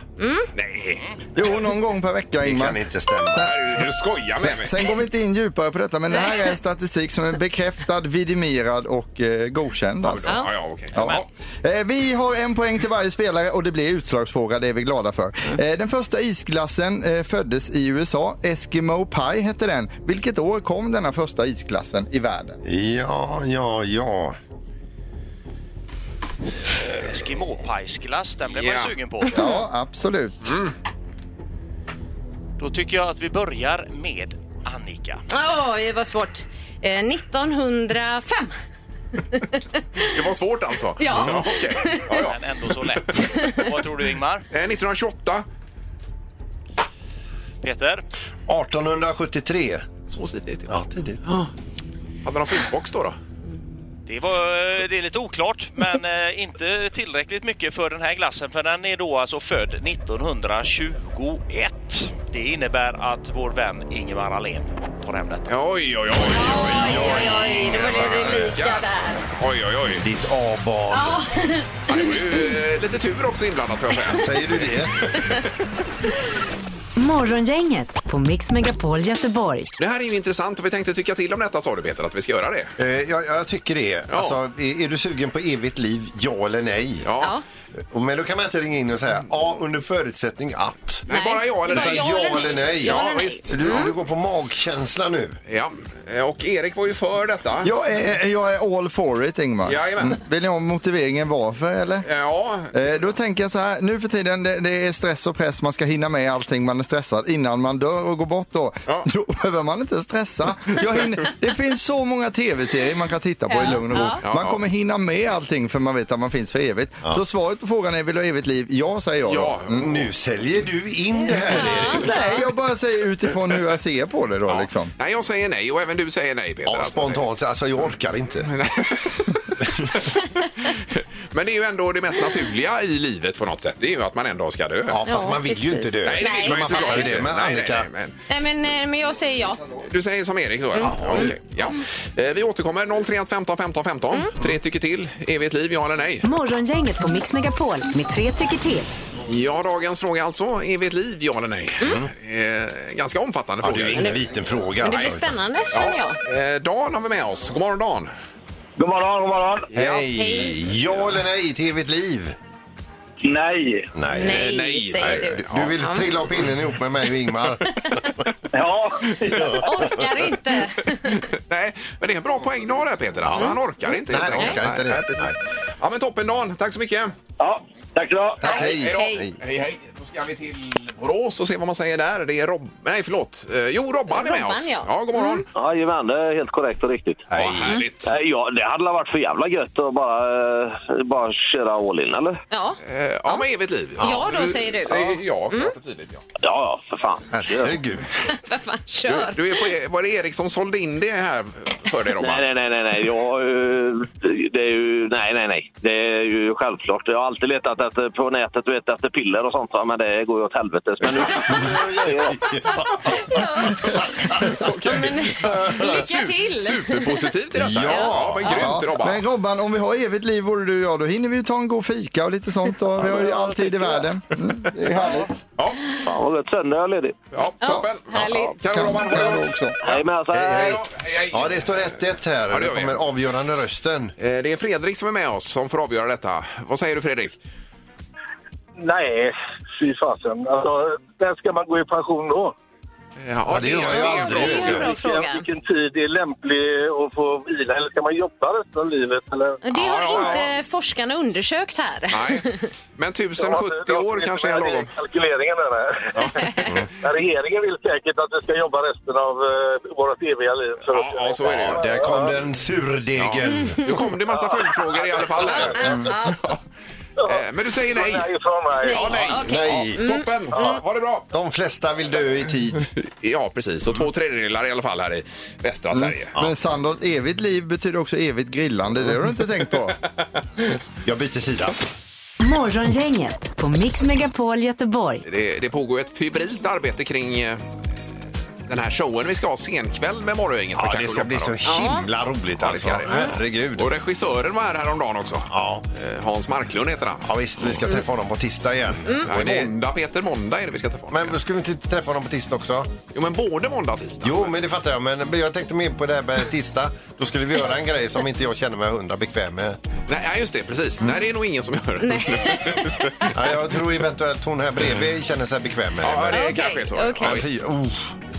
Speaker 4: Nej,
Speaker 6: Jo, någon gång per vecka
Speaker 5: Det
Speaker 6: Ingmar.
Speaker 5: kan inte stämma.
Speaker 4: Herregud, du skojar med mig.
Speaker 6: Sen går vi inte in djupare på detta, men det här är en statistik som är bekräftad, vidimerad och eh, godkänd. Alltså.
Speaker 4: Ja, ja, okej.
Speaker 6: Ja. Eh, Vi har en poäng till varje spelare och det blir utslagsfråga, det är vi glada för.
Speaker 4: Mm.
Speaker 6: Eh, Den första isglassen eh, föddes i USA, Eskimo Pie hette den. Vilket år kom denna första isglassen i världen?
Speaker 5: Ja, ja, ja.
Speaker 10: Eskimo-pajsglass, den blev man
Speaker 4: Ja. Mm.
Speaker 10: ju sugen på.
Speaker 6: Ja, absolut.
Speaker 10: Då tycker jag att vi börjar med Annika.
Speaker 7: Åh, det var svårt. Eh, 1905.
Speaker 4: Det var svårt alltså.
Speaker 7: Ja.
Speaker 4: okej. ja, ja.
Speaker 10: Men ändå så lätt. Vad tror du Ingmar?
Speaker 4: Eh, 1928.
Speaker 10: Peter?
Speaker 5: 1873.
Speaker 4: Så tidigt.
Speaker 5: Ja, tidigt.
Speaker 4: Hade de frysbox då? då?
Speaker 10: Det, var, eh, det är lite oklart, men eh, inte tillräckligt mycket för den här glassen för den är då alltså född 1921. Det innebär att vår vän Ingemar Ahlén tar hem detta.
Speaker 4: Oj, oj, oj. Oj,
Speaker 7: Oj, då blev det lika där.
Speaker 4: oj, oj. oj.
Speaker 5: Ditt A-barn.
Speaker 4: Ja, det var ju eh, lite tur också inblandat får jag säga.
Speaker 5: Säger du det?
Speaker 3: Morgongänget på Mix Megapol Göteborg.
Speaker 4: Det här är ju intressant och vi tänkte tycka till om detta sa du Peter, att vi ska göra det.
Speaker 5: Eh, ja, ja, jag tycker det.
Speaker 4: Ja.
Speaker 5: Alltså, är, är du sugen på evigt liv, ja eller nej?
Speaker 4: Ja.
Speaker 5: Och- Men då kan man inte ringa in och säga ja under förutsättning att.
Speaker 4: Nej, bara ja eller
Speaker 7: Bara
Speaker 4: nej.
Speaker 5: Utan
Speaker 7: ja eller nej. Ja
Speaker 5: Ja,
Speaker 7: eller nej.
Speaker 5: visst. Du, du går på magkänsla nu.
Speaker 4: Ja, eh, och Erik var ju för detta.
Speaker 6: Jag är, jag är all for it, Ingmar. Mm.
Speaker 4: Jajamän.
Speaker 6: Vill ni ha motiveringen varför, eller?
Speaker 4: Ja,
Speaker 6: Eh, Då tänker jag så här, nu för tiden det, det är stress och press, man ska hinna med allting, man är stressad innan man dör och går bort då.
Speaker 4: Ja.
Speaker 6: Då behöver man inte stressa. Jag hinner, det finns så många tv-serier man kan titta på i lugn och ro.
Speaker 4: Ja.
Speaker 6: Man kommer hinna med allting för man vet att man finns för evigt. Så svaret på frågan är, vill du ha evigt liv? Ja, säger jag då.
Speaker 4: ja.
Speaker 5: Nu säljer du in det här, Erik.
Speaker 6: Nej, jag bara säger utifrån hur jag ser på det då liksom.
Speaker 4: Nej, jag säger nej och även du säger nej Peter.
Speaker 5: Ja,
Speaker 4: Alltså,
Speaker 5: spontant. Alltså, jag orkar inte.
Speaker 4: Men det är ju ändå det mest naturliga i livet på något sätt. Det är ju att man en dag ska dö.
Speaker 5: Ja, fast
Speaker 7: Ja,
Speaker 5: man vill ju
Speaker 7: precis.
Speaker 5: inte dö.
Speaker 4: Nej, det vill
Speaker 7: Nej,
Speaker 4: man ju
Speaker 7: man
Speaker 4: såklart
Speaker 7: fattar ju
Speaker 4: inte.
Speaker 5: det, men
Speaker 4: Nej, nej,
Speaker 5: Annika-
Speaker 4: nej, men
Speaker 7: Nej, men, eh, men jag säger ja.
Speaker 4: Du säger som Erik då?
Speaker 7: Mm.
Speaker 4: Ja, okej. ja. Eh, Vi återkommer 031 15 15 15.
Speaker 7: Mm.
Speaker 4: Tre tycker till. Evigt liv, ja eller nej?
Speaker 3: Morgongänget på Mix Megapol med tre tycker till.
Speaker 4: Ja, dagens fråga alltså. Evigt liv, ja eller nej? Eh, ganska omfattande
Speaker 5: Ja, det
Speaker 4: fråga.
Speaker 5: är ju ingen liten fråga.
Speaker 7: Men det blir spännande, känner jag.
Speaker 4: Eh, Dan har vi med oss. God morgon Dan.
Speaker 8: God morgon, god morgon.
Speaker 5: Hej! Ja eller nej till evigt liv?
Speaker 8: Nej.
Speaker 5: Nej.
Speaker 7: Nej,
Speaker 4: Eh, nej,
Speaker 7: säger
Speaker 4: nej.
Speaker 7: du.
Speaker 5: Du vill trilla upp pinnen ihop med mig och Ingmar.
Speaker 8: Ja.
Speaker 7: Orkar inte.
Speaker 4: Nej, men det är en bra poängdag där Peter. Han, han orkar inte
Speaker 5: Nej, han orkar inte det.
Speaker 4: Nej, precis. Ja, men toppen Dan. Tack så mycket.
Speaker 8: ja. Tack så du ha.
Speaker 5: Tack, hej.
Speaker 4: Hej då.
Speaker 7: Hej.
Speaker 4: Hej, hej. Då ska vi till Borås och se vad man säger där. Det är Rob... Nej, förlåt. Eh, jo, Robban är med
Speaker 7: Robban,
Speaker 4: oss.
Speaker 7: ja.
Speaker 4: god morgon.
Speaker 8: Jajamän, det är helt korrekt och riktigt.
Speaker 4: Vad härligt.
Speaker 8: Eh, Ja, det hade väl varit för jävla gött att bara, eh, bara köra all in, eller?
Speaker 7: Ja,
Speaker 4: Eh, ja, men evigt liv.
Speaker 7: Ja, då säger du.
Speaker 4: Ja, ja klart och tydligt. Ja.
Speaker 8: Ja, ja, för fan.
Speaker 5: Herregud.
Speaker 7: för fan,
Speaker 4: Du,
Speaker 7: kör.
Speaker 4: du är på, E- var det Erik som sålde in det här för dig, Robban?
Speaker 8: Nej, nej, nej, nej, nej. Jag, eh, det är ju, nej, nej, nej. Det är ju självklart. Jag har alltid letat efter, på nätet du vet, efter piller och sånt, va, men det går ju åt helvetes. Men nu...
Speaker 4: Okej.
Speaker 7: Men, lycka till!
Speaker 4: Superpositivt i detta.
Speaker 5: Ja.
Speaker 4: men grymt, Robban.
Speaker 6: Men Robban, om vi har evigt liv, både du och jag, då hinner vi ju ta en god fika och lite sånt. Och vi har ju all tid i världen. Mm, det är härligt.
Speaker 4: Ja,
Speaker 8: Fan vad gött. Söndag är jag ledig.
Speaker 4: ja, toppen.
Speaker 7: härligt.
Speaker 4: Ja, Kan
Speaker 6: Kan,
Speaker 4: Robban ha
Speaker 6: kan
Speaker 4: det
Speaker 6: vi
Speaker 4: gott.
Speaker 6: också.
Speaker 8: Hej med sig!
Speaker 4: Hej då. Hej, hej.
Speaker 5: Ja, det står 1-1 här.
Speaker 4: det
Speaker 5: det
Speaker 4: gör vi.
Speaker 5: kommer avgörande rösten.
Speaker 4: Eh, Det är Fredrik som är med oss som får avgöra detta. Vad säger du Fredrik? Eh,
Speaker 8: Nej, fy fasen. Alltså, när ska man gå i pension då?
Speaker 4: Ja, det gör jag
Speaker 5: Ja,
Speaker 7: det
Speaker 4: aldrig.
Speaker 7: är en bra fråga.
Speaker 1: Vilken tid är lämplig att få vila? Eller ska man jobba resten av livet? Eller?
Speaker 7: Det
Speaker 4: Ja, ja,
Speaker 7: har
Speaker 4: ja.
Speaker 7: inte forskarna undersökt här.
Speaker 4: Nej. Men 1070 år kanske är lagom. Mm.
Speaker 1: Kalkyleringen där. Ja. Regeringen vill säkert att vi ska jobba resten av eh, vårt eviga liv. Så
Speaker 4: Ja, ja, så är det ju.
Speaker 5: Där kom den surdegen.
Speaker 4: Nu kom det massa följdfrågor i alla fall. här. Eh, Men du säger nej.
Speaker 1: Ifrån mig.
Speaker 4: Ja, nej.
Speaker 5: Nej.
Speaker 4: Ja, Toppen. Ja, Ha det bra.
Speaker 5: De flesta vill dö i tid.
Speaker 4: Ja, precis. Och två tredjedelar i alla fall här i västra Sverige.
Speaker 6: Men Sandholt, evigt liv betyder också evigt grillande. Det har du inte tänkt på.
Speaker 5: Jag byter sida.
Speaker 3: Morgongänget på Mix Megapol Göteborg.
Speaker 4: Det, det pågår ju ett febrilt arbete kring eh, den här showen vi ska ha senkväll med Morgongänget. på
Speaker 5: Ja, det
Speaker 4: Kakao
Speaker 5: ska bli
Speaker 4: Lotta
Speaker 5: så
Speaker 4: då.
Speaker 5: himla roligt
Speaker 4: Ja, det
Speaker 5: alltså.
Speaker 4: ska det. Mm.
Speaker 5: Herregud.
Speaker 4: Och regissören var här häromdagen också.
Speaker 5: Ja.
Speaker 4: Eh, Hans Marklund heter han.
Speaker 5: Ja, visst, vi ska träffa honom på tisdag igen.
Speaker 4: Och
Speaker 5: Men,
Speaker 4: det är
Speaker 5: det,
Speaker 4: måndag, Peter, måndag är det vi ska träffa honom.
Speaker 5: men ska vi inte träffa honom på tisdag också?
Speaker 4: Jo, men både måndag och tisdag.
Speaker 5: Jo, men det fattar jag. Men jag tänkte mer på det här med tisdag. Då skulle vi göra en grej som inte jag känner mig hundra bekväm med.
Speaker 4: Nej, ja, just det. Precis.
Speaker 5: Mm.
Speaker 4: Nej, det är nog ingen som gör det.
Speaker 5: Ja, jag tror eventuellt hon här bredvid känner sig bekväm med det.
Speaker 4: ja,
Speaker 5: men-
Speaker 4: det är
Speaker 7: Okej,
Speaker 4: kanske är så.
Speaker 7: okej.
Speaker 4: Ja,
Speaker 5: Men
Speaker 4: visst. Eh,
Speaker 5: fy,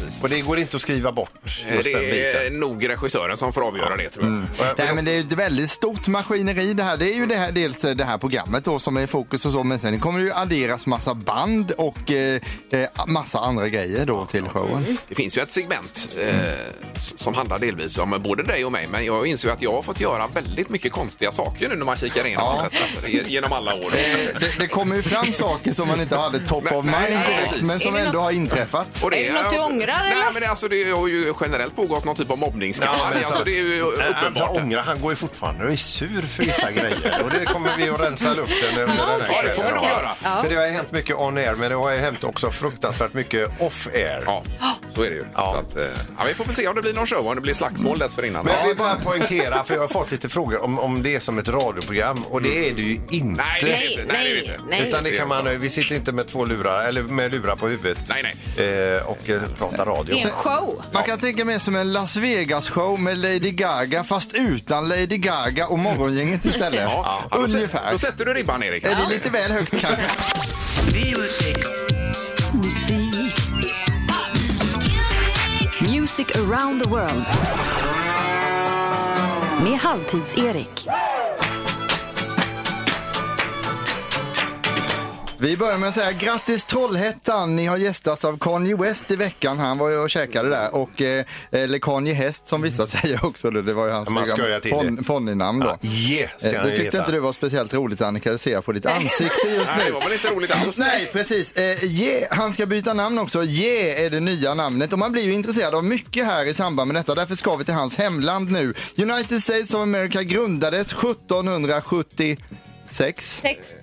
Speaker 5: oh. Och det går inte att skriva bort just den
Speaker 4: det
Speaker 5: biten. Mm.
Speaker 4: är nog regissören som får avgöra det, tror jag.
Speaker 6: Nej, men det är ju ett väldigt stort maskineri det här. Det är ju det här, dels eh, det här programmet då som är i fokus och så, men sen kommer det ju adderas massa band och eh, eh, massa andra grejer då till showen.
Speaker 4: Det finns ju ett segment eh, s- som handlar delvis om både dig och mig, men jag inser ju att jag har fått göra väldigt mycket konstiga saker nu när man kikar igenom allt detta, alltså, ge- genom alla år.
Speaker 6: Eh, det, det kommer ju fram saker som man inte hade top
Speaker 4: Nej,
Speaker 6: of
Speaker 4: nej,
Speaker 6: mind
Speaker 4: nej,
Speaker 6: direkt,
Speaker 4: precis.
Speaker 6: men som
Speaker 7: Är det
Speaker 6: ändå har inträffat.
Speaker 4: Och
Speaker 7: Är det något du ångrar,
Speaker 4: Nej,
Speaker 7: eller?
Speaker 4: men det, alltså, det har ju generellt pågått någon typ av mobbningskampanj.
Speaker 5: Ja, men så-
Speaker 4: alltså, det är ju
Speaker 5: Han
Speaker 4: uppenbart.
Speaker 5: ångrar, han går ju fortfarande och är sur för vissa grejer. Och det kommer vi att rensa luften under den här
Speaker 4: Ja, det får vi nog
Speaker 5: kvällen.
Speaker 4: göra.
Speaker 5: För det har ju hänt mycket on air, men det har ju hänt också fruktansvärt mycket off air.
Speaker 4: Ja, så är det ju. Så att, eh, ja, vi får väl se om det blir någon show, om det blir slagsmål dessförinnan.
Speaker 5: Men jag vill bara poängtera, för jag har fått lite frågor om, om det är som ett radioprogram och det är det ju inte.
Speaker 4: Mm. Nej, det är det inte. Nej, det är det inte.
Speaker 7: Nej.
Speaker 5: Utan det kan man, vi sitter inte med två lurar, eller med lurar på huvudet
Speaker 4: Nej,
Speaker 5: Eh, och eh, pratar radio.
Speaker 7: Det är en show.
Speaker 6: Man kan tänka mig som en Las Vegas-show med Lady Gaga fast utan Lady Gaga och Morgongänget istället.
Speaker 4: Ja, ja, då, sä-
Speaker 6: Ungefär.
Speaker 4: då sätter du ribban, Erik.
Speaker 6: Är det lite väl högt kanske?
Speaker 3: Music around the world. Med Halvtids-Erik.
Speaker 6: Vi börjar med att säga grattis Trollhättan. Ni har gästats av Kanye West i veckan. Han var ju och käkade där. Och, eh, eller Kanye Häst som vissa säger också. då. Det var ju hans
Speaker 5: Man
Speaker 6: lilla
Speaker 5: skojar till
Speaker 6: pon-
Speaker 5: det.
Speaker 6: ponnynamn då.
Speaker 5: Yeah, ska
Speaker 6: Eh,
Speaker 5: han
Speaker 6: du
Speaker 5: ju
Speaker 6: tyckte
Speaker 5: heta.
Speaker 6: inte det var speciellt roligt Annika, det ser jag på ditt ansikte just
Speaker 4: Nej, det
Speaker 6: nu.
Speaker 4: var väl inte roligt alls?
Speaker 6: Nej, precis. Eh, Ye- han ska byta namn också. Ye är det nya namnet. Och man blir ju intresserad av mycket här i samband med detta. Därför ska vi till hans hemland nu. United States of America grundades 1776.
Speaker 7: Sex.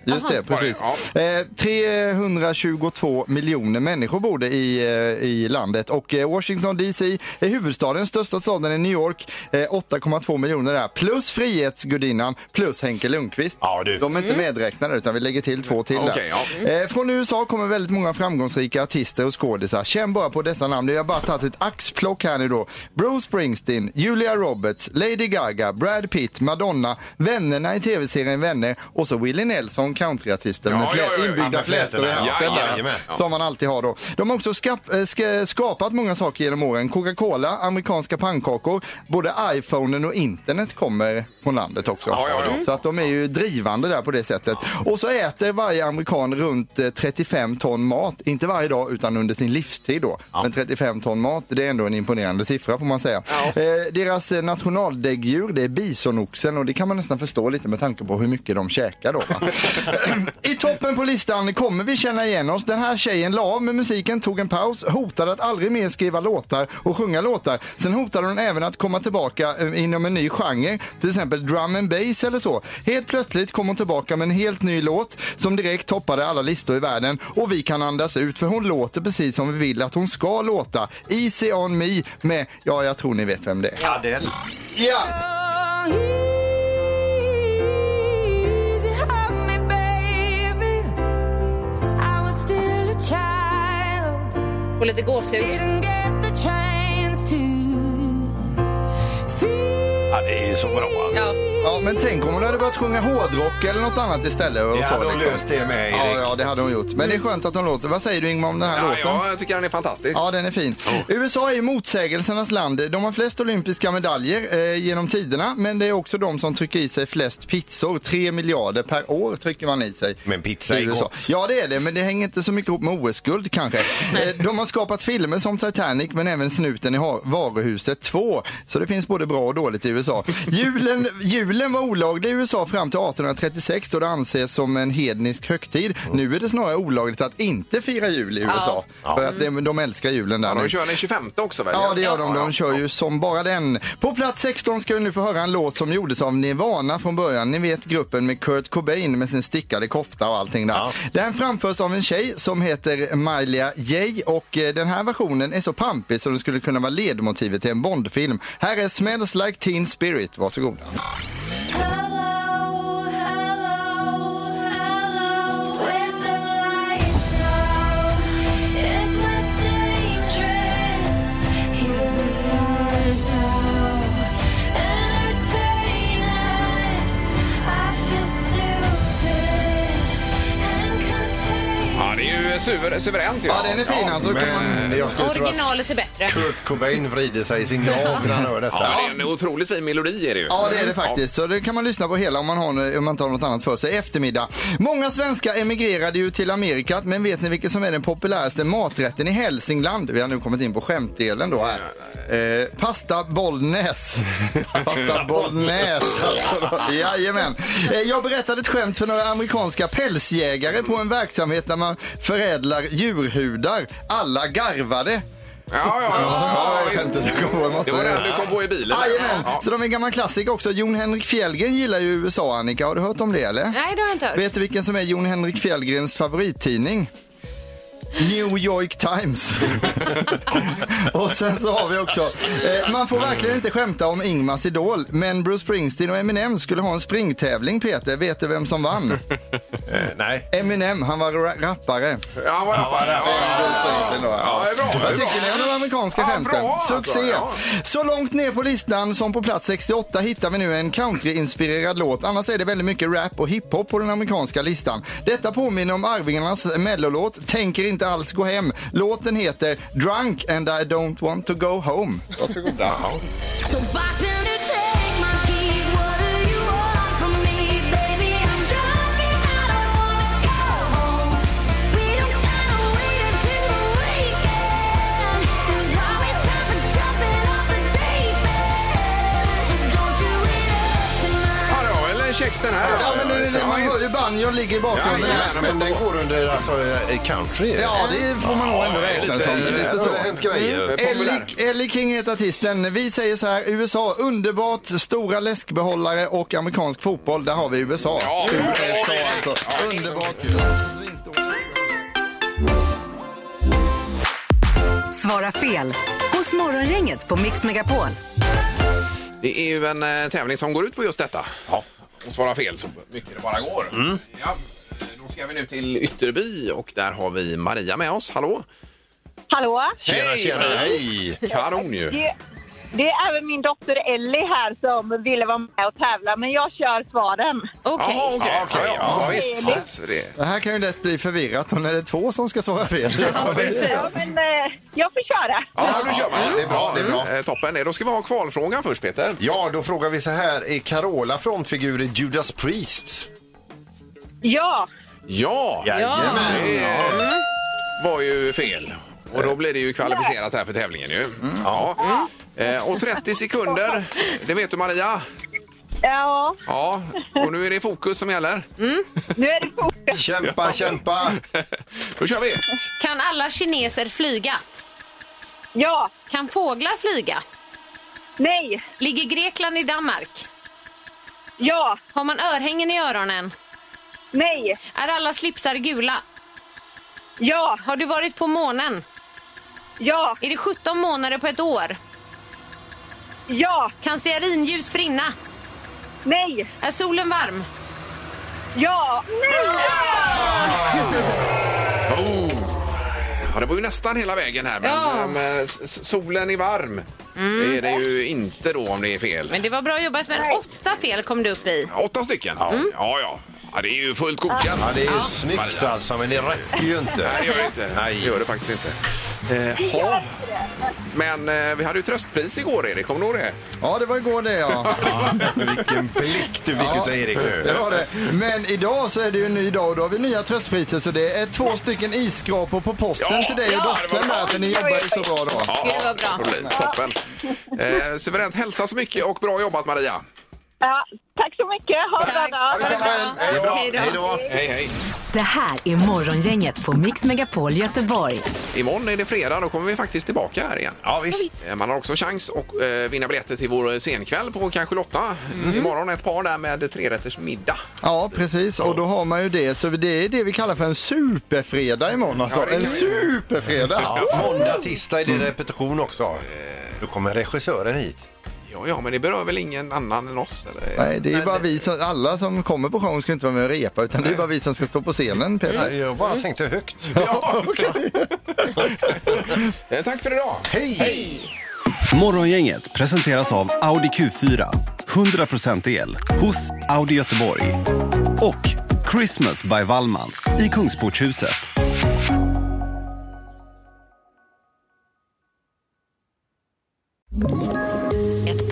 Speaker 6: Just
Speaker 7: Aha.
Speaker 6: det, precis.
Speaker 4: Var
Speaker 6: Eh, 322 miljoner människor bor det i, eh, i landet och eh, Washington DC är huvudstaden, största staden i New York. Eh, 8,2 miljoner där, plus Frihetsgudinnan, plus Henke Lundqvist.
Speaker 5: Ja, du.
Speaker 6: De är
Speaker 7: Mm.
Speaker 6: inte medräknade utan vi lägger till två till där.
Speaker 4: Okej, ja. Mm.
Speaker 6: Eh, Från USA kommer väldigt många framgångsrika artister och skådisar. Känn bara på dessa namn. Jag har bara tagit ett axplock här nu då. Bruce Springsteen, Julia Roberts, Lady Gaga, Brad Pitt, Madonna, vännerna i tv-serien Vänner och så Willie Nelson, countryartisten med
Speaker 4: Ja, ja,
Speaker 6: flä-
Speaker 4: ja, ja.
Speaker 6: inbyggda
Speaker 5: Andra
Speaker 6: flätor i
Speaker 5: flätorna. Ja,
Speaker 6: hatten där,
Speaker 5: jajamän. Ja.
Speaker 6: som man alltid har då. De har också skap- eh, ska- skapat många saker genom åren. Coca-Cola, amerikanska pannkakor, både iPhonen och internet kommer från landet också.
Speaker 4: Ja, ja, ja.
Speaker 6: Så att de är ju drivande där på det sättet. Och så äter varje amerikan runt eh, 35 ton mat, inte varje dag utan under sin livstid då. Men 35 ton mat, det är ändå en imponerande siffra får man säga. Eh, deras eh, nationaldäggdjur, det är bisonoxen och det kan man nästan förstå lite med tanke på hur mycket de käkar då. Va? I toppen på listan kommer vi känna igen oss. Den här tjejen la av med musiken, tog en paus, hotade att aldrig mer skriva låtar och sjunga låtar. Sen hotade hon även att komma tillbaka eh, inom en ny genre, till exempel drum and bass eller så. Helt plötsligt kom hon tillbaka med en helt ny låt som direkt toppade alla listor i världen och vi kan andas ut för hon låter precis som vi vill att hon ska låta. Easy on me med, ja jag tror ni vet vem det är.
Speaker 5: Adele.
Speaker 6: Ja!
Speaker 7: Och lite gåshud.
Speaker 5: Ja, Ja, det är ju så bra.
Speaker 7: Ja.
Speaker 6: Ja, men tänk om hon hade börjat sjunga hårdrock eller något annat istället. Och
Speaker 5: Det
Speaker 6: så,
Speaker 5: hade hon
Speaker 6: liksom.
Speaker 5: löst det med, Erik.
Speaker 6: Ja, ja, det hade hon gjort. Men det är skönt att hon låter. Vad säger du Ingmar om den här
Speaker 4: Ja,
Speaker 6: låten?
Speaker 4: ja, jag tycker den är fantastisk.
Speaker 6: Ja, den är fin. USA är ju motsägelsernas land. De har flest olympiska medaljer eh, genom tiderna, men det är också de som trycker i sig flest pizzor. Tre miljarder per år trycker man i sig.
Speaker 5: Men pizza är
Speaker 6: i USA.
Speaker 5: gott.
Speaker 6: Ja, det är det, men det hänger inte så mycket ihop med OS-guld kanske. Eh, de har skapat filmer som Titanic, men även Snuten i har- varuhuset 2. Så det finns både bra och dåligt i USA. Julen, julen var olaglig i USA fram till 1836 då det anses som en hednisk högtid. Nu är det snarare olagligt att inte fira jul i USA. För att de, de älskar julen där
Speaker 4: Ja,
Speaker 6: nu.
Speaker 4: de kör den 25 också väl?
Speaker 6: Ja, det gör de. De kör ju som bara den. På plats 16 ska vi nu få höra en låt som gjordes av Nirvana från början. Ni vet gruppen med Kurt Cobain med sin stickade kofta och allting där. Den framförs av en tjej som heter Malia J och eh, den här versionen är så pampig så den skulle kunna vara ledmotivet till en Bondfilm. Här är Smells Like Teen Spirit. Varsågoda.
Speaker 4: Ja, det är ju suver suveränt ju.
Speaker 6: Ja, den är fin
Speaker 5: Ja,
Speaker 6: alltså. Kan man...
Speaker 5: Men jag skulle tro att
Speaker 7: Originalet är bättre.
Speaker 5: Kurt Cobain vrider sig i sin grav när han hör detta.
Speaker 4: Ja, men det är en otroligt fin melodi är det ju. Mm.
Speaker 6: Ja, det är det faktiskt. Så det kan man lyssna på hela om man, har, om man inte har något annat för sig i eftermiddag. Många svenskar emigrerade ju till Amerika, men vet ni vilken som är den populäraste maträtten i Hälsingland? Vi har nu kommit in på skämtdelen då här. Eh, pasta Bollnäs. Pasta Bollnäs. Jajamän. Eh, jag berättade ett skämt för några amerikanska pälsjägare på en verksamhet där man förädlar djurhudar. Alla garvade.
Speaker 4: Ja, ja, ja. ja,
Speaker 6: jag
Speaker 4: visst.
Speaker 6: kan inte komma ihåg, måste
Speaker 4: det var
Speaker 6: jag
Speaker 4: den
Speaker 6: göra.
Speaker 4: du kom på i bilen.
Speaker 6: Jajamän,
Speaker 4: Ja.
Speaker 6: så de är en gammal klassiker också. Jon Henrik Fjällgren gillar ju USA, Annika. Har du hört om det eller?
Speaker 7: Nej, det har jag inte hört.
Speaker 6: Vet du vilken som är Jon Henrik Fjällgrens favorittidning? New York Times. och sen så har vi också, eh, man får verkligen inte skämta om Ingmars idol, men Bruce Springsteen och Eminem skulle ha en springtävling Peter. Vet du vem som vann?
Speaker 5: Eh, Nej.
Speaker 6: Eminem, han var ra- rappare.
Speaker 4: Ja, vad jag ja,
Speaker 6: Springsteen då, ja.
Speaker 4: ja, det är bra. Det är
Speaker 6: Vad
Speaker 4: bra.
Speaker 6: tycker ni om de amerikanska
Speaker 4: Ja,
Speaker 6: skämten?
Speaker 4: bra, alltså,
Speaker 6: Succé!
Speaker 4: ja.
Speaker 6: Så långt ner på listan som på plats 68 hittar vi nu en countryinspirerad låt. Annars är det väldigt mycket rap och hiphop på den amerikanska listan. Detta påminner om Arvingarnas mellolåt Tänker inte alls gå hem. Låten heter Drunk and I don't want to go home.
Speaker 4: Varsågoda. Ja, det var väl en check den här.
Speaker 6: Ja, men det, det, man hör ju banjon ligger i bakgrunden.
Speaker 4: Jajamän.
Speaker 5: Men den går under alltså, eh, country.
Speaker 6: Ja, det får man nog ändå räkna
Speaker 4: lite-
Speaker 6: som. Lite
Speaker 5: Det
Speaker 6: så.
Speaker 5: har hänt grejer.
Speaker 4: Mm.
Speaker 6: Eh, Ellie,
Speaker 4: Populär.
Speaker 6: Ellie King heter artisten. Vi säger så här, USA, underbart, stora läskbehållare och amerikansk fotboll. Där har vi USA.
Speaker 4: Ja.
Speaker 6: USA alltså. Underbart.
Speaker 3: Svara fel hos Morgongänget på Mix Megapol.
Speaker 4: Det är ju en eh, tävling som går ut på just detta. Och svara fel så mycket det bara går.
Speaker 5: Mm.
Speaker 4: Ja. eh, Då ska vi nu till Ytterby och där har vi Maria med oss. Hallå!
Speaker 2: Hallå?
Speaker 5: Tjena, tjena. Hej!
Speaker 4: Kanon ju!
Speaker 2: Det, det är även min dotter Ellie här som ville vara med och tävla, men jag kör svaren.
Speaker 7: Okej.
Speaker 4: Jaha, okej. Okay. Ja, ja, visst.
Speaker 2: Trevligt.
Speaker 4: Så det-
Speaker 6: Det här kan ju lätt bli förvirrat och när det är två som ska svara fel.
Speaker 7: Ja, precis.
Speaker 2: Ja, men eh, jag får köra.
Speaker 4: Ja, nu kör man.
Speaker 5: Det är bra, det är bra.
Speaker 4: Eh, Toppen. Då ska vi ha kvalfrågan först, Peter.
Speaker 5: Ja, då frågar vi så här. Är Carola frontfigur i Judas Priest?
Speaker 2: Ja,
Speaker 4: Ja!
Speaker 5: Jajamän.
Speaker 4: Det eh, var ju fel. Och då blir det ju kvalificerat här för tävlingen ju. Ja. Eh, Och 30 sekunder, det vet du Maria.
Speaker 2: ja,
Speaker 4: Ja, och nu är det fokus som gäller.
Speaker 2: nu är det fokus.
Speaker 5: Kämpa, kämpa!
Speaker 4: Mm. Då kör vi!
Speaker 7: Kan alla kineser flyga?
Speaker 2: Ja,
Speaker 7: Kan fåglar flyga?
Speaker 2: nej,
Speaker 7: Ligger Grekland i Danmark?
Speaker 2: ja,
Speaker 7: Har man örhängen i öronen?
Speaker 2: nej,
Speaker 7: Är alla slipsar gula?
Speaker 2: ja,
Speaker 7: Har du varit på månen?
Speaker 2: ja,
Speaker 7: Är det 17 månader på ett år?
Speaker 2: ja,
Speaker 7: Kan stearinljus brinna?
Speaker 2: nej,
Speaker 7: Är solen varm?
Speaker 2: ja, nej.
Speaker 4: Ja, Oh. Mm. det var ju nästan hela vägen här, men,
Speaker 7: Ja.
Speaker 4: men s- solen är varm. Det är det ju inte då om det är fel.
Speaker 7: Men det var bra jobbat. Men åtta fel kom du upp i.
Speaker 4: Åtta stycken? Ja, ja, ja. Ja, det är ju fullt godkänt.
Speaker 5: Ja, det är ju snyggt alltså, men det räcker ju
Speaker 4: Nej,
Speaker 5: inte.
Speaker 4: det gör det inte. Nej, det gör det faktiskt inte. Eh, ja. Men eh, vi hade ju tröstpris igår, Erik. Kommer du ihåg det?
Speaker 6: Ja, det var igår det ja.
Speaker 5: Vilken blick du fick
Speaker 6: Ja.
Speaker 5: utav Erik
Speaker 6: Det
Speaker 5: nu.
Speaker 6: var det. Men idag så är det ju en ny dag och då har vi nya tröstpriser. Så det är två stycken isskrapor på posten
Speaker 4: Ja,
Speaker 6: till dig och
Speaker 4: ja, det
Speaker 6: dottern
Speaker 4: var
Speaker 6: där för ni jobbar ju så bra då.
Speaker 4: Ja,
Speaker 7: Gud, vad bra.
Speaker 4: det blir Toppen. Eh, suveränt. Hälsa så mycket och bra jobbat, Maria.
Speaker 2: Ja, tack så mycket. Ha en bra
Speaker 7: Tack.
Speaker 2: dag.
Speaker 7: Ha det bra.
Speaker 5: Det är bra.
Speaker 7: Hej då.
Speaker 5: Hej då.
Speaker 4: Hej, hej.
Speaker 3: Det här är Morgongänget på Mix Megapol Göteborg.
Speaker 4: Imorgon är det fredag. Då kommer vi faktiskt tillbaka här igen.
Speaker 5: Ja, visst.
Speaker 4: Eh, Man har också chans att eh, vinna biljetter till vår scenkväll på kanske Lotta. Imorgon ett par där med trerätters middag.
Speaker 6: Ja, precis. Och då har man ju det. Så det är det vi kallar för en superfredag imorgon alltså. En superfredag!
Speaker 5: Måndag, tisdag är det repetition också. Då kommer regissören hit.
Speaker 4: Ja, ja, men det berör väl ingen annan än oss? Eller?
Speaker 6: Nej, det är ju bara vi som, alla som kommer på showen ska inte vara med och repa utan det är bara vi som ska stå på scenen Peter.
Speaker 5: Jag bara tänkte högt.
Speaker 4: Ja, okej. Eh, Tack för idag.
Speaker 5: Hej!
Speaker 1: Morgongänget presenteras av Audi Q4. 100% el hos Audi Göteborg. Och Christmas by Wallmans i Kungsportshuset.
Speaker 3: Ett